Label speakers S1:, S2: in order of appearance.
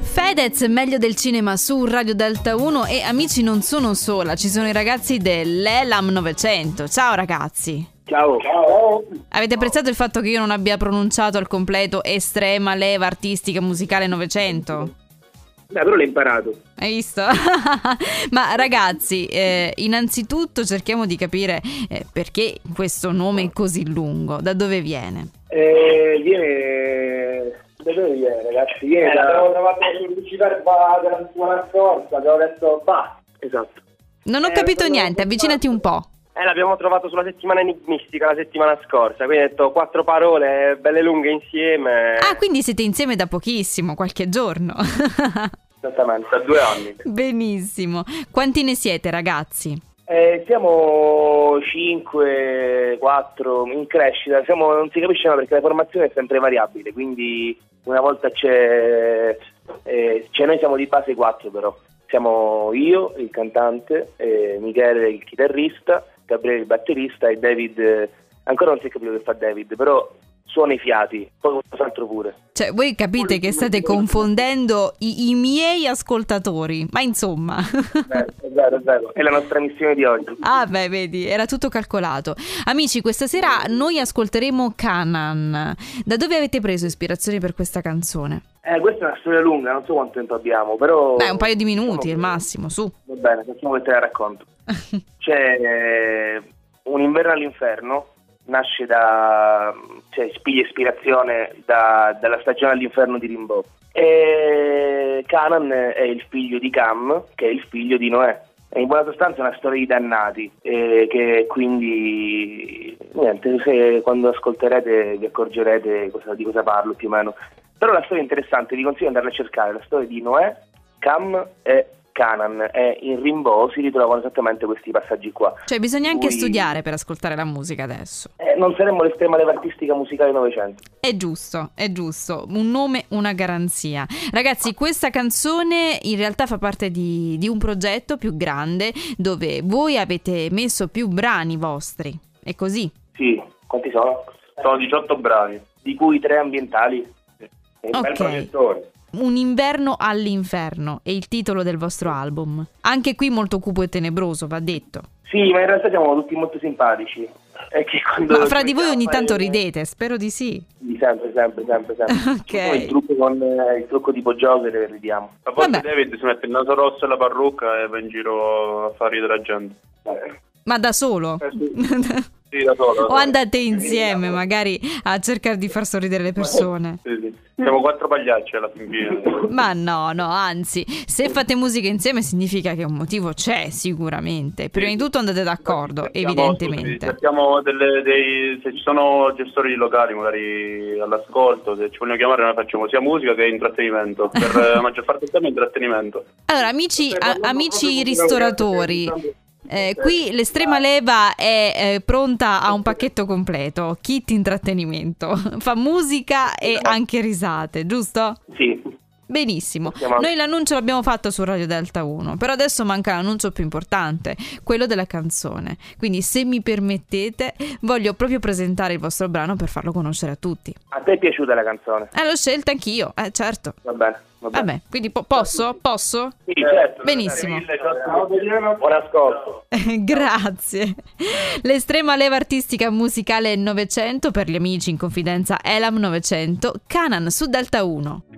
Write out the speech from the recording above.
S1: Fedez, meglio del cinema su Radio Delta 1 e amici non sono sola, ci sono i ragazzi dell'Elam 900. Ciao ragazzi.
S2: Ciao. Ciao.
S1: Avete apprezzato il fatto che io non abbia pronunciato al completo estrema leva artistica musicale 900?
S2: Beh, però l'hai imparato.
S1: Hai visto? Ma ragazzi, eh, innanzitutto cerchiamo di capire eh, perché questo nome così lungo, da dove viene?
S2: Eh, viene... Da dove viene, ragazzi? Viene da... Eh.
S3: Eh, L'avevo trovato in pubblicità della della settimana scorsa, abbiamo detto va.
S2: Esatto.
S1: Non ho
S3: Eh,
S1: capito
S3: sono
S1: niente, avvicinati un po'.
S3: Eh, l'abbiamo trovato sulla settimana enigmistica la settimana scorsa, quindi ho detto quattro parole belle lunghe insieme.
S1: Ah, quindi siete insieme da pochissimo, qualche giorno.
S3: Esattamente, da due anni.
S1: Benissimo. Quanti ne siete, ragazzi?
S3: Eh, siamo 5, 4 in crescita, siamo, non si capisce mai perché la formazione è sempre variabile, quindi una volta c'è, eh, cioè noi siamo di base 4 però, siamo io il cantante, eh, Michele il chitarrista, Gabriele il batterista e David, eh, ancora non si è capito che fa David, però suona i fiati, poi qualcos'altro pure.
S1: Cioè, voi capite che state confondendo i, i miei ascoltatori, ma insomma.
S3: È vero, è vero, è la nostra missione di oggi.
S1: Ah beh, vedi, era tutto calcolato. Amici, questa sera noi ascolteremo Canan. Da dove avete preso ispirazione per questa canzone?
S3: Eh, questa è una storia lunga, non so quanto tempo abbiamo, però...
S1: Beh, un paio di minuti,
S3: Diciamo
S1: al
S3: che-
S1: massimo, su.
S3: Va bene, facciamo che te la racconto. C'è eh, un inverno all'inferno, nasce da. cioè spiglia ispirazione da- dalla stagione all'inferno di Rimbaud. E Canaan è il figlio di Cam, che è il figlio di Noè. E in buona sostanza è una storia di dannati, eh, che quindi niente, se- quando ascolterete vi accorgerete cosa- di cosa parlo più o meno. Però la storia è interessante, vi consiglio di andarla a cercare, la storia di Noè, Cam e Canaan. E in Rimbaud si ritrovano esattamente questi passaggi qua.
S1: Cioè, bisogna anche
S3: Lui-
S1: studiare per ascoltare la musica adesso.
S3: Eh, non saremmo l'estrema leva artistica musicale Novecento.
S1: È giusto, è giusto, un nome, una garanzia. Ragazzi, questa canzone in realtà fa parte di, di un progetto più grande dove voi avete messo più brani vostri. È così.
S3: Sì, quanti sono?
S4: Sono 18 brani.
S3: Di cui tre ambientali.
S4: Un
S1: Ok.
S4: bel progettore.
S1: Un inverno all'inferno è il titolo del vostro album. Anche qui molto cupo e tenebroso, va detto.
S3: Sì, ma in realtà siamo tutti molto simpatici. È che quando
S1: Ma fra di voi ogni
S3: fare-
S1: tanto ridete, spero di sì.
S3: Sì, sempre, sempre, sempre, sempre.
S1: Ok.
S3: Poi Il trucco, con, eh, il trucco tipo Joker ridiamo.
S4: A volte
S1: Vabbè.
S4: David si mette il naso rosso e la parrucca e va in giro a far ridere la gente.
S1: Ma da solo?
S4: Sì, da solo. da
S1: o
S4: solo.
S1: andate insieme magari a cercare di far sorridere le persone?
S4: Sì, sì. Siamo quattro pagliacci alla fin fine.
S1: Ma no, no, anzi, se fate musica insieme significa che un motivo c'è sicuramente. Prima di tutto andate d'accordo,
S4: Cerchiamo- scusi,
S1: evidentemente.
S4: cerchiamo delle- dei- se ci sono gestori di locali magari all'ascolto, se ci vogliono chiamare noi facciamo sia musica che intrattenimento. Per eh, la maggior parte del tempo è intrattenimento.
S1: Allora, amici, a- amici ristoratori, eh, qui l'estrema leva è eh, pronta a un pacchetto completo, kit intrattenimento, fa musica e anche risate, giusto?
S3: Sì,
S1: Benissimo, noi l'annuncio l'abbiamo fatto su Radio Delta 1, però adesso manca l'annuncio più importante, quello della canzone. Quindi se mi permettete, voglio proprio presentare il vostro brano per farlo conoscere a tutti.
S3: a te è piaciuta la canzone?
S1: Eh, l'ho scelta anch'io, eh certo.
S3: Va bene, va bene.
S1: Vabbè, quindi po- posso? Posso?
S3: Sì, certo.
S1: Benissimo.
S3: Buon ascolto.
S1: Grazie. L'estrema leva artistica musicale 900 per gli amici in confidenza Elam 900, Canan su Delta 1.